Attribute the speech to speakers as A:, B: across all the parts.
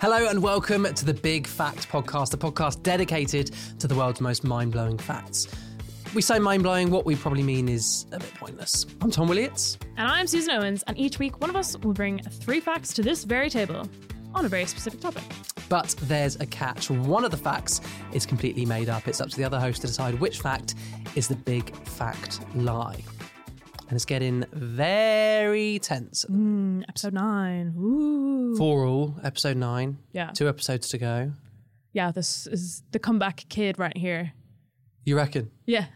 A: Hello and welcome to the Big Fact Podcast, the podcast dedicated to the world's most mind blowing facts. We say mind blowing, what we probably mean is a bit pointless. I'm Tom Williams.
B: And I'm Susan Owens, and each week one of us will bring three facts to this very table on a very specific topic.
A: But there's a catch. One of the facts is completely made up. It's up to the other host to decide which fact is the big fact lie. And it's getting very tense.
B: Mm. Episode nine. Ooh.
A: For all, episode nine,
B: Yeah.
A: two episodes to go.
B: Yeah, this is the comeback kid right here.
A: You reckon?
B: Yeah.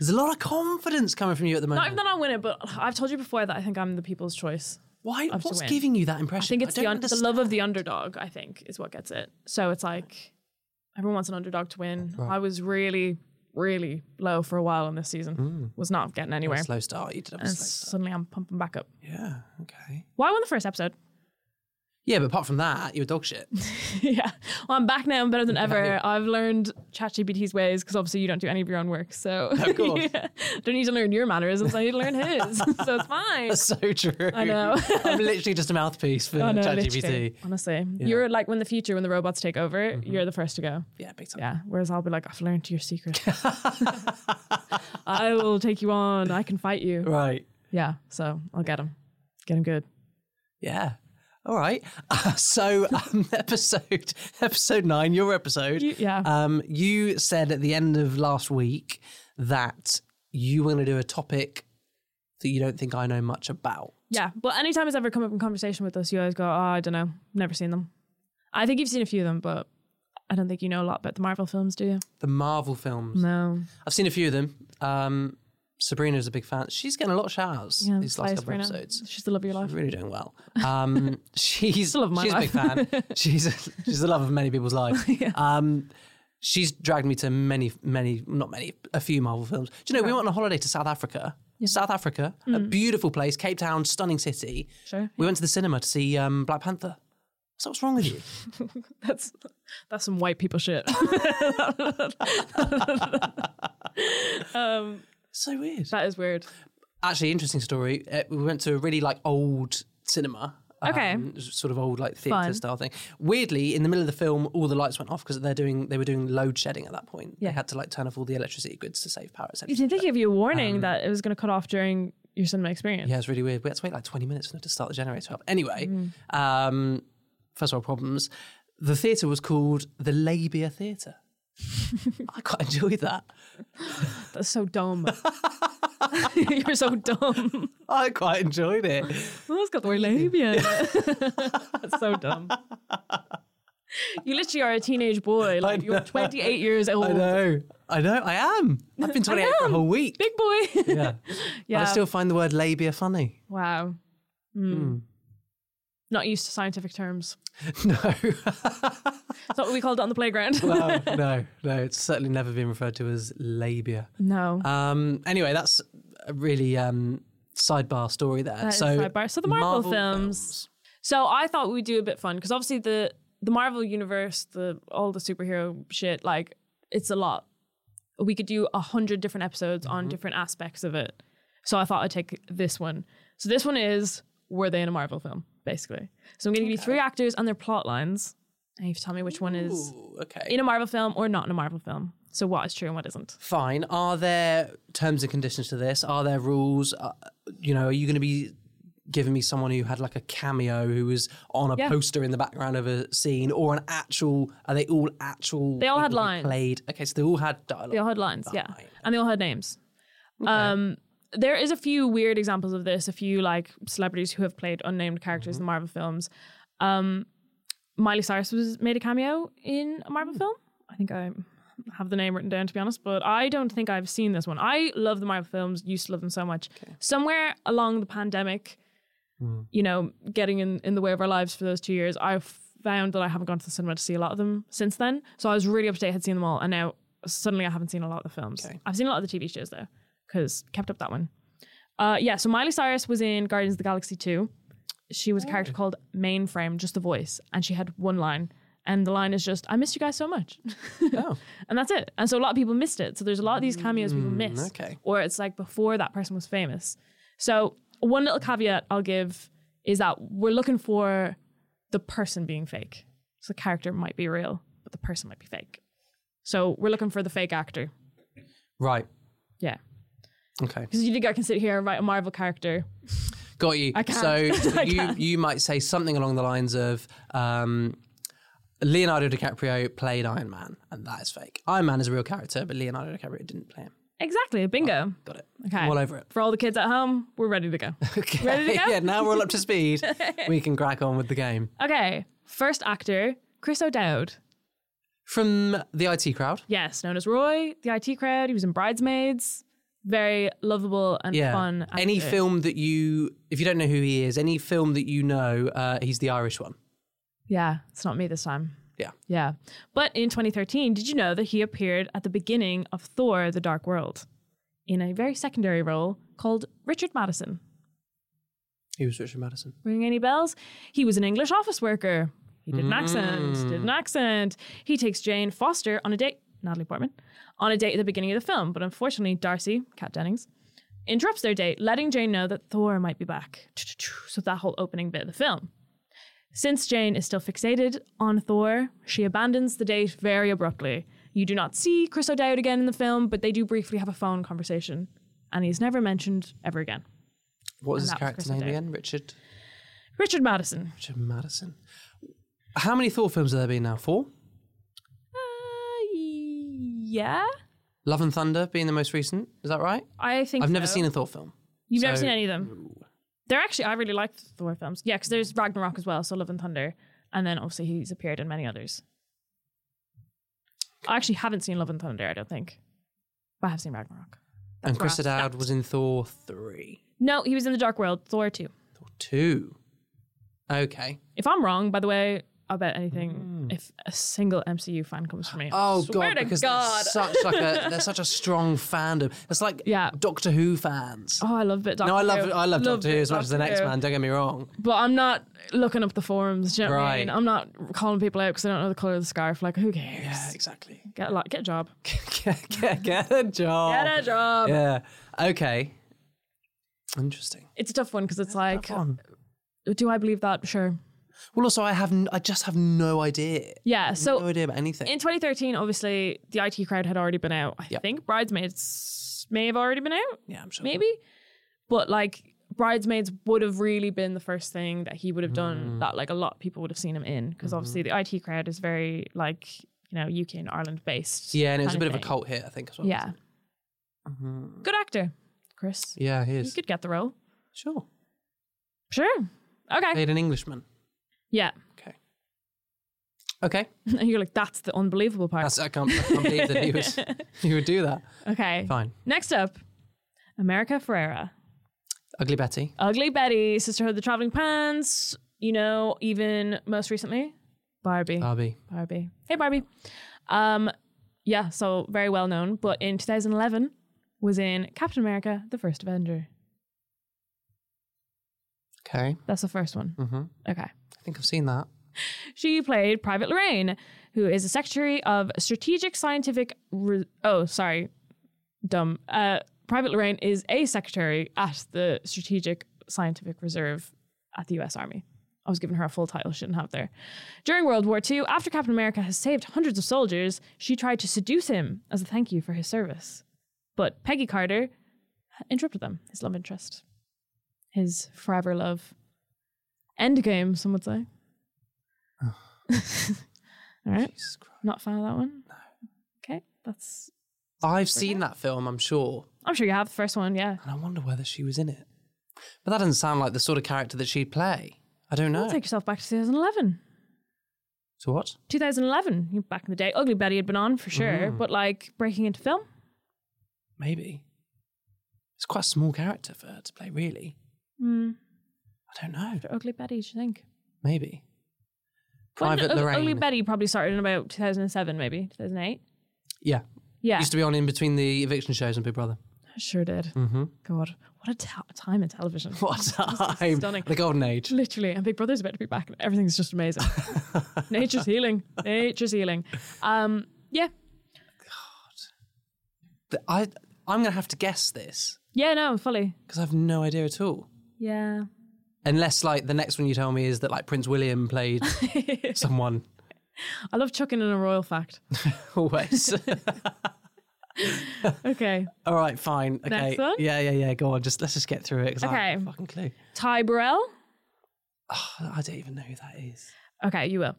A: There's a lot of confidence coming from you at the
B: Not
A: moment.
B: even that I'll win it, but I've told you before that I think I'm the people's choice.
A: Why?
B: to
A: What's
B: win.
A: giving you that
B: I
A: impression?
B: think it's the,
A: don't
B: un- the
A: understand.
B: love of the underdog, I think, is what gets it. So it's like everyone wants an underdog to win. I was really, really low for a while on this season,
A: Mm.
B: was not getting anywhere.
A: slow start. You did have a
B: And
A: slow start.
B: suddenly I'm pumping back up.
A: Yeah. Okay.
B: Well, I won the first episode.
A: Yeah, but apart from that, you were dog shit.
B: yeah. Well, I'm back now. I'm better than ever. I've learned ChatGPT's ways because obviously you don't do any of your own work. So
A: Of course.
B: Yeah. don't need to learn your mannerisms. I need to learn his. so it's fine.
A: That's so true.
B: I know.
A: I'm literally just a mouthpiece for
B: I know,
A: ChatGPT.
B: Oh, literally. Honestly, you're like when the future, when the robots take over,
A: Mm-hmm.
B: you're the first to go.
A: Yeah, big time.
B: Yeah. Whereas I'll be like, I've learned your secret. I will take you on. I can fight you.
A: Right.
B: Yeah. So I'll get him. Get him good.
A: Yeah. All right. so um, episode episode nine, your episode.
B: You- yeah.
A: Um, you said at the end of last week that you were going to do a topic that you don't think I know much about.
B: Yeah. Well, anytime it's ever come up in conversation with us, you always go, oh, I don't know. Never seen them. I think you've seen a few of them, but I don't think you know a lot about the Marvel films, do you?
A: The Marvel films.
B: No.
A: I've seen a few of them. Um, Sabrina's a big fan. She's getting a lot of shouts
B: Yeah,
A: these
B: Hi,
A: last couple
B: Sabrina.
A: episodes.
B: She's the love of your life.
A: She's really doing well. Um, she's
B: love of my
A: she's a big fan. She's she's the love of many people's lives. Um, she's dragged me to many, many, not many, a few Marvel films. Do you know we went on a holiday to South Africa? South Africa, a
B: Mm.
A: beautiful place, Cape Town, stunning city.
B: Sure.
A: We went to the cinema to see um, Black Panther. So what's wrong with you?
B: That's that's some white people shit. um,
A: so weird.
B: that is weird.
A: actually interesting story. Uh, we went to a really like old cinema.
B: Okay.
A: um, s- sort of old like theatre
B: Fun.
A: style thing. Weirdly, in the middle of the film, all the lights went off because they're doing they were doing load shedding at that point.
B: Yeah.
A: They had to like turn off all the electricity grids to save power. Essentially.
B: Did they give you a warning that it was going to cut off during your cinema experience?
A: Um, Yeah, it's really weird. We had to wait like 20 minutes for them to start the generator up. Anyway,
B: Mm.
A: um, first world problems. The theatre was called the Labia Theatre. I quite enjoyed that.
B: That's so dumb. You're so dumb.
A: I quite enjoyed it.
B: Well, it's got the word labia. in it. That's so dumb. You literally are a teenage boy. Like you're 28 years
A: I
B: old.
A: know. I know. I am. I've been 28 for a
B: am.
A: whole week.
B: Big boy.
A: Yeah.
B: yeah.
A: I still Hmm. find the word labia funny.
B: wow. Mm. Not used to scientific terms.
A: No,
B: Is that what we called it on the playground?
A: no, no, no. It's certainly never been referred to as labia.
B: no.
A: Um, anyway, that's a really um, sidebar story there.
B: That is
A: so,
B: sidebar. So the Marvel films. So I thought we'd do a bit fun because obviously the the Marvel universe, the all the superhero shit, like it's a lot. We could do a hundred different episodes on different aspects of it. So I thought I'd take this one. So this one is were they in a Marvel film, basically. So I'm gonna give you three actors and their plot lines, and you have to tell me which one is
A: Ooh, okay.
B: in a Marvel film or not in a Marvel film. So what is true and what isn't.
A: Fine. Are there terms and conditions to this? Are there rules? Uh, you know, are you going to be giving me someone who had like a cameo who was on a
B: Yeah.
A: poster in the background of a scene or an actual? Are they all actual?
B: They all had
A: people who
B: lines.
A: Played. Okay, so they all had dialogue.
B: They all had lines, yeah,
A: Fine.
B: and they all had names. Um, there is a few weird examples of this. A few like celebrities who have played unnamed characters in the Marvel films. Um, Miley Cyrus was made a cameo in a Marvel film. I think I have the name written down to be honest, but I don't think I've seen this one. I love the Marvel films. Used to love them so much. Somewhere along the pandemic, you know, getting in in the way of our lives for those two years, I found that I haven't gone to the cinema to see a lot of them since then. So I was really up to date, had seen them all, and now suddenly I haven't seen a lot of the films.
A: Okay.
B: I've seen a lot of the TV shows though, because kept up that one. Uh, yeah, so Miley Cyrus was in Guardians of the Galaxy 2. She was a character called Mainframe, just a voice, and she had one line. And the line is just, I missed you guys so much.
A: Oh.
B: and that's it. And so a lot of people missed it. So there's a lot of these cameos people miss.
A: okay.
B: Or it's like before that person was famous. So one little caveat I'll give is that we're looking for the person being fake. So So the character might be real, but the person might be fake. So we're looking for the fake actor.
A: Right.
B: Yeah.
A: Okay.
B: Because you think I can sit here and write a Marvel character.
A: Got you.
B: I can't.
A: So
B: I
A: you
B: can't.
A: you might say something along the lines of um, Leonardo DiCaprio played Iron Man, and that is fake. Iron Man is a real character, but Leonardo DiCaprio didn't play him.
B: Exactly. Bingo.
A: Got it.
B: Okay.
A: I'm all over it.
B: For all the kids at home, we're ready to go.
A: Okay.
B: Ready to go?
A: yeah. Now we're all up to speed. we can crack on with the game.
B: okay. First actor, Chris O'Dowd.
A: From the IT crowd.
B: Yes, known as Roy, the IT crowd. He was in Bridesmaids. Very lovable and
A: Yeah.
B: fun.
A: Any
B: actor.
A: film that you, if you don't know who he is, any film that you know, uh, he's the Irish one.
B: Yeah, it's not me this time.
A: Yeah.
B: Yeah. But in 2013, did you know that he appeared at the beginning of Thor The Dark World in a very secondary role called Richard Madison?
A: He was Richard Madison.
B: Ring any bells? He was an English office worker. He did an accent, did an accent. He takes Jane Foster on a date, Natalie Portman, on a date at the beginning of the film. But unfortunately, Darcy, Kat Dennings, interrupts their date, letting Jane know that Thor might be back. So that whole opening bit of the film. Since Jane is still fixated on Thor, she abandons the date very abruptly. You do not see Chris O'Dowd again in the film, but they do briefly have a phone conversation, and he's never mentioned ever again.
A: What was
B: And
A: his
B: that was
A: character's
B: Chris
A: name
B: O'Dowd.
A: again? Richard.
B: Richard Madison.
A: Richard Madison. How many Thor films have there been now? Four.
B: Uh, yeah,
A: Love and Thunder being the most recent. Is that right?
B: I think
A: I've never
B: so.
A: seen a Thor film.
B: You've never
A: so-
B: seen any of them. They're actually I really like the Thor films. Yeah, because there's Ragnarok as well, so Love and Thunder, and then obviously he's appeared in many others. I actually haven't seen Love and Thunder. I don't think, but I have seen Ragnarok.
A: and Chris
B: where I
A: O'Dowd was in Thor three,
B: No, he was in the Dark World, Thor two.
A: Thor two. Okay.
B: If I'm wrong, by the way, I'll bet anything. If a single MCU fan comes for me,
A: Hmm. Oh
B: swear
A: god,
B: to
A: because
B: God.
A: They're such like a they're such a strong fandom. It's like
B: Yeah.
A: Doctor Who fans.
B: oh, I love it.
A: no, I love I love Doctor Who as much as the
B: Doctor
A: next
B: Who.
A: man. Don't get me wrong.
B: But I'm not looking up the forums. Do you know what I mean?
A: Right.
B: I'm not calling people out because I don't know the color of the scarf. Like, who cares?
A: Yeah, exactly.
B: Get a lot. Get a job.
A: get, get, get a job.
B: Get a job.
A: Yeah. Okay. Interesting.
B: It's a tough one because it's like,
A: Come on.
B: do I believe that? Sure.
A: Well, also I have n- I just have no idea.
B: Yeah.
A: no
B: So
A: idea about anything.
B: in 2013, obviously the IT crowd had already been out. I
A: Yep.
B: think bridesmaids may have already been out,
A: yeah, I'm sure.
B: maybe. But like bridesmaids would have really been the first thing that he would have done that like a lot of people would have seen him in because obviously the IT crowd is very like you know UK and Ireland based.
A: Yeah, and it was a
B: kind
A: bit of a
B: thing.
A: cult hit, I think, as well.
B: Yeah.
A: Mm-hmm.
B: Good actor, Chris.
A: Yeah, he
B: You
A: is.
B: could get the role.
A: Sure.
B: Sure. Okay.
A: Played an Englishman.
B: Yeah.
A: Okay. Okay.
B: And you're like, that's the unbelievable part.
A: That's, I, can't, I can't believe that he, was, he would do that.
B: okay.
A: Fine.
B: Next up, America Ferrera.
A: Ugly Betty.
B: Ugly Betty, Sisterhood of the Traveling Pants, you know, even most recently, Barbie.
A: Barbie.
B: Barbie. Hey, Barbie. Um, yeah, so very well known, but in 2011 was in Captain America, The First Avenger.
A: Okay.
B: That's the first one.
A: hmm I
B: Okay.
A: think I've seen that.
B: She played Private Lorraine, who is a secretary of strategic scientific. Re- oh, sorry, dumb. Uh, Private Lorraine is a secretary at the Strategic Scientific Reserve at the U.S. Army. I was giving her a full title, shouldn't have there. During World War II, after Captain America has saved hundreds of soldiers, she tried to seduce him as a thank you for his service. But Peggy Carter interrupted them, his love interest, his forever love. Endgame, some would say. All right.
A: Jesus Christ.
B: Not a fan of that one? No. Okay. That's
A: I've seen that film, I'm sure.
B: I'm sure you have the first one, yeah.
A: And I wonder whether she was in it. But that doesn't sound like the sort of character that she'd play. I don't know.
B: Well, take yourself back to 2011.
A: so what?
B: 2011, you- back in the day. Ugly Betty had been on for sure,
A: Mm-hmm.
B: but like breaking into film?
A: Maybe. It's quite a small character for her to play, really.
B: Mm.
A: I don't know.
B: Ugly Betty, do you think?
A: Maybe.
B: When did
A: Private
B: Ug-
A: Lorraine.
B: Ugly Betty probably started in about 2007, maybe 2008.
A: Yeah.
B: Yeah,
A: Used to be on in between the eviction shows and Big Brother.
B: sure did.
A: Mm-hmm.
B: God, what a ta- time in television.
A: What a time.
B: stunning.
A: The golden age.
B: Literally, and Big Brother's about to be back. and Everything's just amazing. Nature's healing. Nature's healing. Um, yeah,
A: Th- I, I'm going to have to guess this
B: yeah, no, fully.
A: because I have no idea at all.
B: Yeah.
A: Unless, like, the next one you tell me is that, like, Prince William played someone
B: I love chucking in a royal fact.
A: Always.
B: Okay.
A: All right, fine. Okay.
B: Next one?
A: Yeah, yeah, yeah. Go on. Just let's just get through it. 'cause I have
B: Okay.
A: no fucking clue.
B: Ty Burrell.
A: I don't even know who that is.
B: Okay, you will.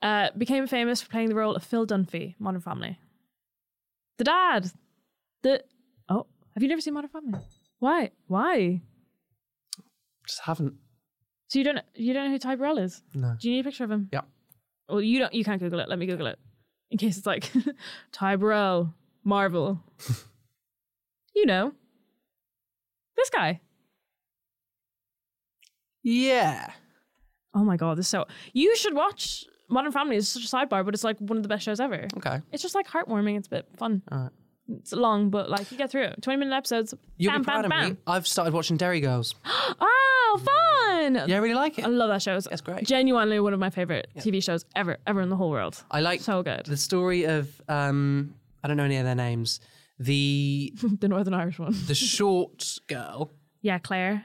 B: Uh, became famous for playing the role of Phil Dunphy, Modern Family. The dad. The oh, have you never seen Modern Family? Why? Why?
A: Just haven't.
B: So you don't you don't know who Ty Burrell is?
A: No.
B: Do you need a picture of him?
A: Yeah.
B: Well, you don't. You can't Google it. Let me Google it in case it's like Ty Burrell, Marvel. you know, this guy.
A: Yeah.
B: Oh my god, this is so you should watch Modern Family. It's such a sidebar, but it's like one of the best shows ever.
A: Okay.
B: It's just like heartwarming. It's a bit fun.
A: All right.
B: It's long, but like you get through it. Twenty minute episodes.
A: You'll
B: bam,
A: be proud
B: bam,
A: of
B: bam.
A: me. I've started watching Derry Girls.
B: Oh, fun!
A: Yeah, I really like
B: I
A: it.
B: love that show. It's
A: That's great.
B: genuinely one of my favorite TV shows ever, ever in the whole world.
A: I like
B: So good.
A: the story of um I don't know any of their names. The
B: the Northern Irish one.
A: the short girl,
B: Yeah, Claire.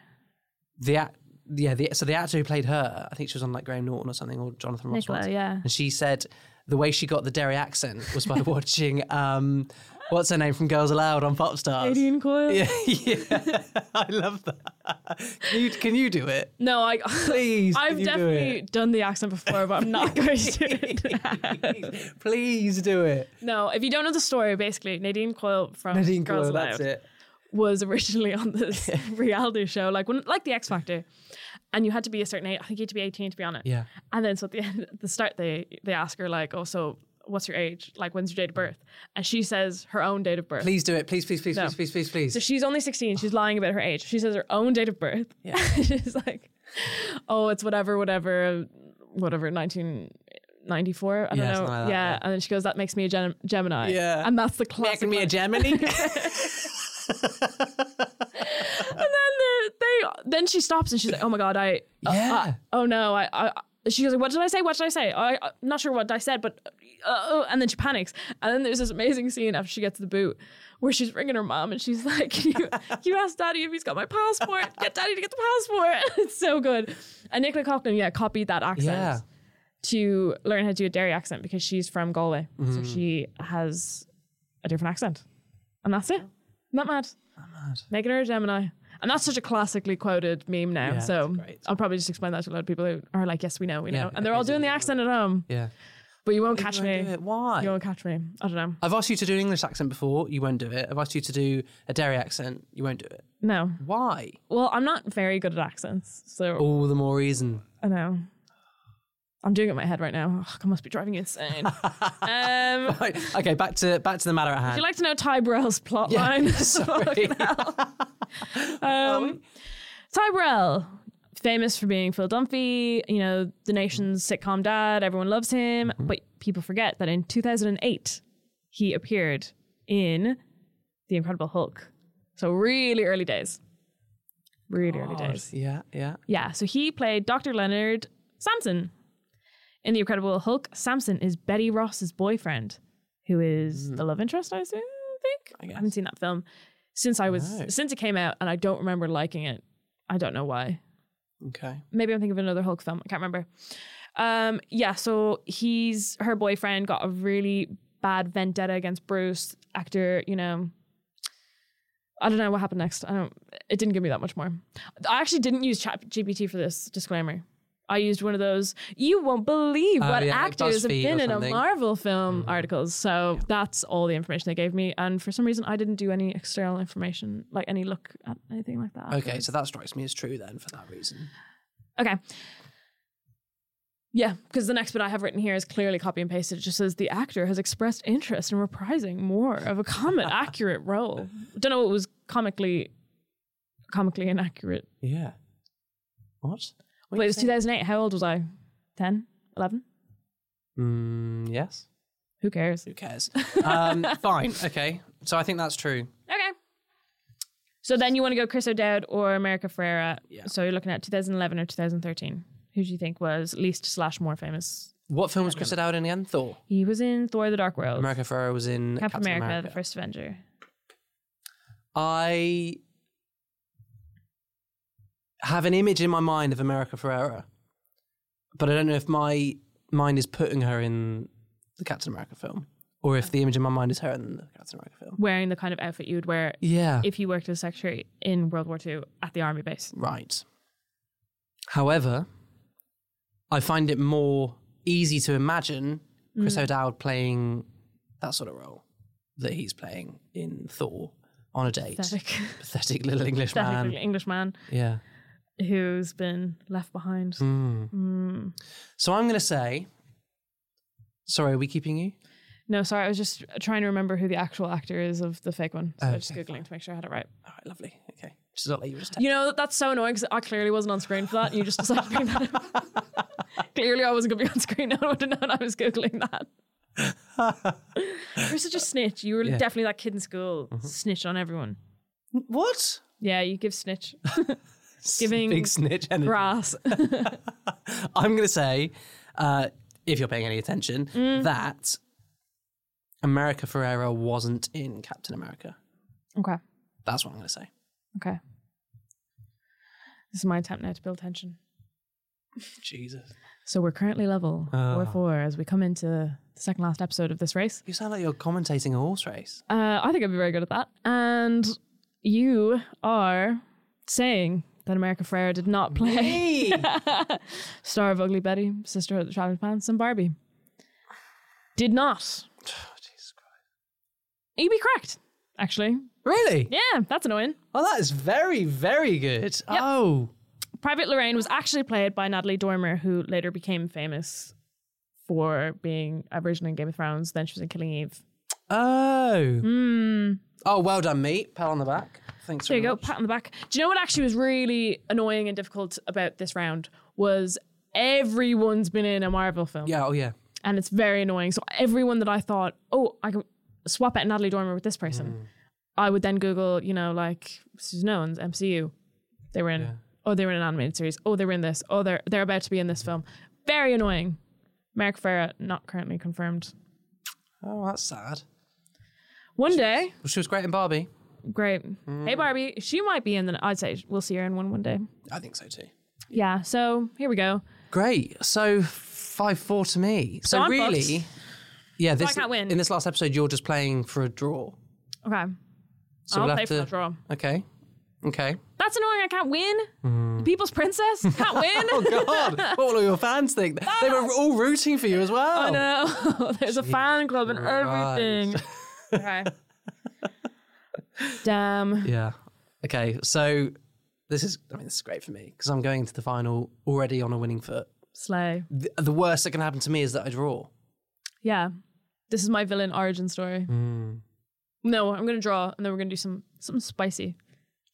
A: the act, yeah, the, so the actor who played her, I think she was on like Graham Norton or something or Jonathan Ross.
B: Nicola,
A: once.
B: yeah.
A: And she said the way she got the Derry accent was by watching um what's her name from Girls Aloud on Popstars.
B: Aileen Coyle.
A: Yeah, yeah. I love that. Can you, can you do it?
B: No, I.
A: Please. can
B: I've
A: you do
B: definitely
A: it?
B: done the accent before, but I'm not going to do it.
A: Please do it.
B: no, if you don't know the story, basically Nadine Coyle from
A: Nadine
B: Girls
A: Coyle, that's
B: Aloud
A: it.
B: was originally on this reality show, like when, like the X Factor, and you had to be a certain age. I think you had to be 18 to be on it.
A: Yeah.
B: And then so at the end, at the start, they they ask her like, "Oh, so what's your age? Like, when's your date of birth?" And she says her own date of birth.
A: Please do it. Please, please, please,
B: No.
A: please, please, please, please.
B: So she's only 16. She's lying about her age. She says her own date of birth.
A: Yeah.
B: she's like, "Oh, it's whatever, whatever, whatever, 1994. I don't
A: Yeah,
B: know.
A: something like that,
B: yeah.
A: yeah.
B: And then she goes, "That makes me a Gem- Gemini."
A: Yeah.
B: And that's the classic.
A: Making me a
B: line.
A: Gemini.
B: and then the, they then she stops and she's like, "Oh my god, I uh,
A: Yeah.
B: uh, oh no, I." I I-" she goes like, "What did I say? What did I say? I, I'm not sure what I said, but." Uh, oh, and then she panics, and then there's this amazing scene after she gets the boot, where she's ringing her mom, and she's like, "Can you, can you ask Daddy if he's got my passport? Get Daddy to get the passport." it's so good. And Nicola Coughlan, yeah, copied that accent
A: Yeah.
B: to learn how to do a Derry accent because she's from Galway, so
A: Mm-hmm.
B: she has a different accent, and that's it. Not mad. Making her a Gemini. And that's such a classically quoted meme now.
A: Yeah,
B: so
A: it's great.
B: I'll probably just explain that to a lot of people who are like, yes, we know, we
A: Yeah,
B: know. And they're all
A: it's-
B: doing the accent at home,
A: yeah.
B: but you won't catch
A: You won't
B: me.
A: do it. Why?
B: You won't catch me. I don't know.
A: I've asked you to do an English accent before. You won't do it. I've asked you to do a Derry accent. You won't do it.
B: No.
A: Why?
B: Well, I'm not very good at accents. So
A: All the more reason.
B: I know. I'm doing it in my head right now. Ugh, I must be driving you insane. um,
A: Right. Okay. Back to back to the matter at
B: Would
A: hand.
B: you like to know Ty Burrell's plot line?
A: sorry.
B: um, Ty Burrell, famous for being Phil Dunphy, you know, the nation's sitcom dad, everyone loves him. But people forget that in 2008, he appeared in The Incredible Hulk. So, really early days. Really early days.
A: Yeah. Yeah.
B: Yeah, so he played Dr. Leonard Samson. In The Incredible Hulk, Samson is Betty Ross's boyfriend, who is the love interest, I assume- think. I, haven't seen that film since I was
A: No.
B: since it came out and I don't remember liking it. I don't know why.
A: Okay.
B: Maybe I'm thinking of another Hulk film. I can't remember. Um, yeah, so he's her boyfriend got a really bad vendetta against Bruce, actor, you know. I don't know what happened next. I don't it didn't give me that much more. I actually didn't use Chat GPT for this disclaimer. I used one of those you won't believe
A: Oh,
B: what
A: yeah, like
B: actors have
A: BuzzFeed
B: been
A: or
B: in a
A: something. Mm-hmm.
B: Marvel film articles. So that's all the information they gave me. And for some reason I didn't do any external information, like any look at anything like that.
A: Okay. So that strikes me as true then for that reason.
B: Okay. Yeah, because the next bit I have written here is clearly copy and pasted. It just says the actor has expressed interest in reprising more of a comic accurate role. Don't know what was comically comically inaccurate.
A: Yeah. What? What
B: Wait, it
A: you
B: was
A: say?
B: 2008. How old was I? 10? 11?
A: Mm, yes.
B: Who cares?
A: Who cares? Um, fine. Okay. So I think that's true.
B: Okay. So then you want to go Chris O'Dowd or America Ferrera.
A: Yeah.
B: So you're looking at 2011 or 2013. Who do you think was least slash more famous?
A: What film was Chris O'Dowd in the end? Thor.
B: He was in Thor the Dark World.
A: America Ferrera was in
B: Captain, America,
A: America.
B: the first Avenger.
A: I have an image in my mind of America Ferrera, but I don't know if my mind is putting her in the Captain America film, or if the image in my mind is her in the Captain America film.
B: Wearing the kind of outfit you would wear
A: Yeah.
B: if you worked as a secretary in World War II at the army base.
A: Right. However, I find it more easy to imagine Chris
B: Mm.
A: O'Dowd playing that sort of role that he's playing in Thor on a date.
B: Pathetic,
A: Pathetic little English
B: pathetic
A: man.
B: little Englishman
A: Yeah.
B: who's been left behind.
A: Hmm.
B: Mm.
A: So I'm going to say, sorry, are we keeping you?
B: No, sorry, I was just trying to remember who the actual actor is of the fake one. So I was just
A: Okay,
B: googling to make sure I had it right.
A: All right, lovely. Okay. Just not let you just
B: You know that's so annoying because I clearly wasn't on screen for that, and you just decided to bring that. Up. clearly, I wasn't going to be on screen. No one would have known I was googling that. You're such a snitch. You were
A: Yeah. Mm-hmm.
B: definitely that kid in school, snitch on everyone.
A: What?
B: Yeah, you give snitch Giving
A: Big snitch energy.
B: grass.
A: I'm going to say, uh, if you're paying any attention, that America Ferrera wasn't in Captain America.
B: okay,
A: That's what I'm going to say.
B: okay. This is my attempt now to build tension.
A: Jesus.
B: So we're currently level four four as we come into the second last episode of this race.
A: You sound like you're commentating a horse race.
B: Uh, I think I'd be very good at that. And you are saying that America Ferrera did not play
A: Hey!
B: star of Ugly Betty, sister of the Traveling Pants, and Barbie. Did not. You'd be correct, actually.
A: really?
B: Yeah, that's annoying.
A: Oh, that is very, very good. Oh,
B: Private Lorraine was actually played by Natalie Dormer, who later became famous for being a virgin in Game of Thrones. Then she was in Killing Eve.
A: oh, oh! Well done, mate. Pat on the back. Thanks.
B: There
A: very
B: you go,
A: much.
B: pat on the back. Do you know what actually was really annoying and difficult about this round was everyone's been in a Marvel film,
A: Yeah. Oh, yeah.
B: and it's very annoying. So everyone that I thought, oh, I can swap out Natalie Dormer with this person,
A: Mm.
B: I would then Google, you know, like Susan Owens, MCU. They were in, oh, they were in an animated series. Oh, they were in this. Oh, they're they're about to be in this film. Very annoying. Merrick Farah not currently confirmed.
A: Oh, that's sad.
B: One day,
A: Well, she Mm. was great in Barbie.
B: great. Hey Barbie, she might be in the. I'd say we'll see her in one one day.
A: I think so too.
B: Yeah, so here we go.
A: Great. So five four to me. So,
B: So I'm
A: really,
B: fucked.
A: yeah. This
B: can't win.
A: in this last episode, you're just playing for a draw.
B: Okay.
A: So
B: I'll
A: we'll
B: play
A: have
B: for
A: to.
B: the draw.
A: Okay. Okay.
B: That's annoying. I can't win. People's princess can't
A: Mm. Oh
B: win.
A: God! what will all your fans think? They were all rooting for you as well.
B: I know. There's a fan club and
A: Christ.
B: everything. Okay. Damn.
A: Yeah. Okay. So this is, I mean, this is great for me because I'm going into the final already on a winning foot.
B: Slay.
A: The, the worst that can happen to me is that I draw.
B: Yeah. This is my villain origin story. No, I'm gonna draw, and then we're gonna do some something spicy.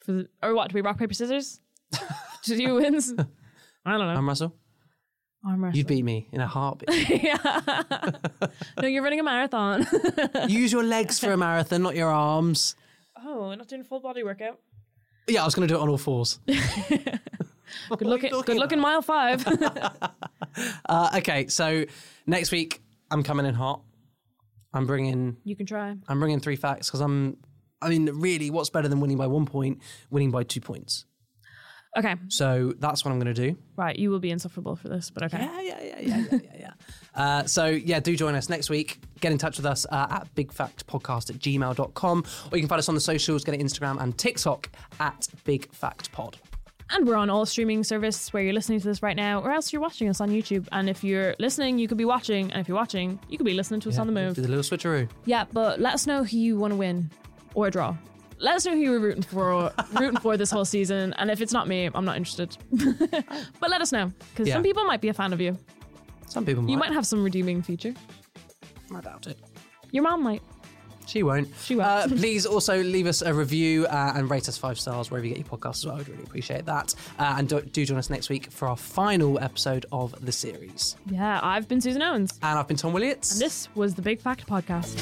B: For the, or what? Do we rock paper scissors? Do you wins? I don't know.
A: I'm Russell.
B: Arm
A: You'd beat me in a heartbeat.
B: wrestle. yeah. no, you're running a marathon.
A: Use your legs for a marathon, not your arms.
B: oh, not doing full body workout.
A: Yeah, I was going to do it on all fours.
B: Good luck.
A: you talking
B: Good luck in mile five.
A: Uh, okay. So next week, I'm coming in hot. I'm bringing,
B: you can try.
A: I'm bringing three facts because I'm, I mean, really, what's better than winning by one point? Winning by two points.
B: Okay.
A: So that's what I'm going to do.
B: Right. You will be insufferable for this, but okay.
A: Yeah, yeah, yeah, yeah, yeah, yeah. yeah. Uh, so, yeah, do join us next week. Get in touch with us uh, at bigfactpodcast at gmail.com or you can find us on the socials, get it Instagram and TikTok at bigfactpod.
B: And we're on all streaming services where you're listening to this right now, or else you're watching us on YouTube. And if you're listening, you could be watching. And if you're watching, you could be listening to us on the
A: Do
B: move.
A: the little switcheroo.
B: Yeah, but let us know who you want to win or draw. Let us know who you were rooting for, rooting for this whole season. And if it's not me, I'm not interested. but let us know because
A: Yeah.
B: some people might be a fan of you.
A: Some people might.
B: You might have some redeeming feature.
A: I doubt it.
B: Your mom might.
A: She won't.
B: She won't.
A: Uh, please also leave us a review uh, and rate us five stars wherever you get your podcasts as well. I'd really appreciate that. Uh, and do, do join us next week for our final episode of the series.
B: Yeah, I've been Susan Owens.
A: And I've been Tom Williams.
B: This was the Big Fact Podcast.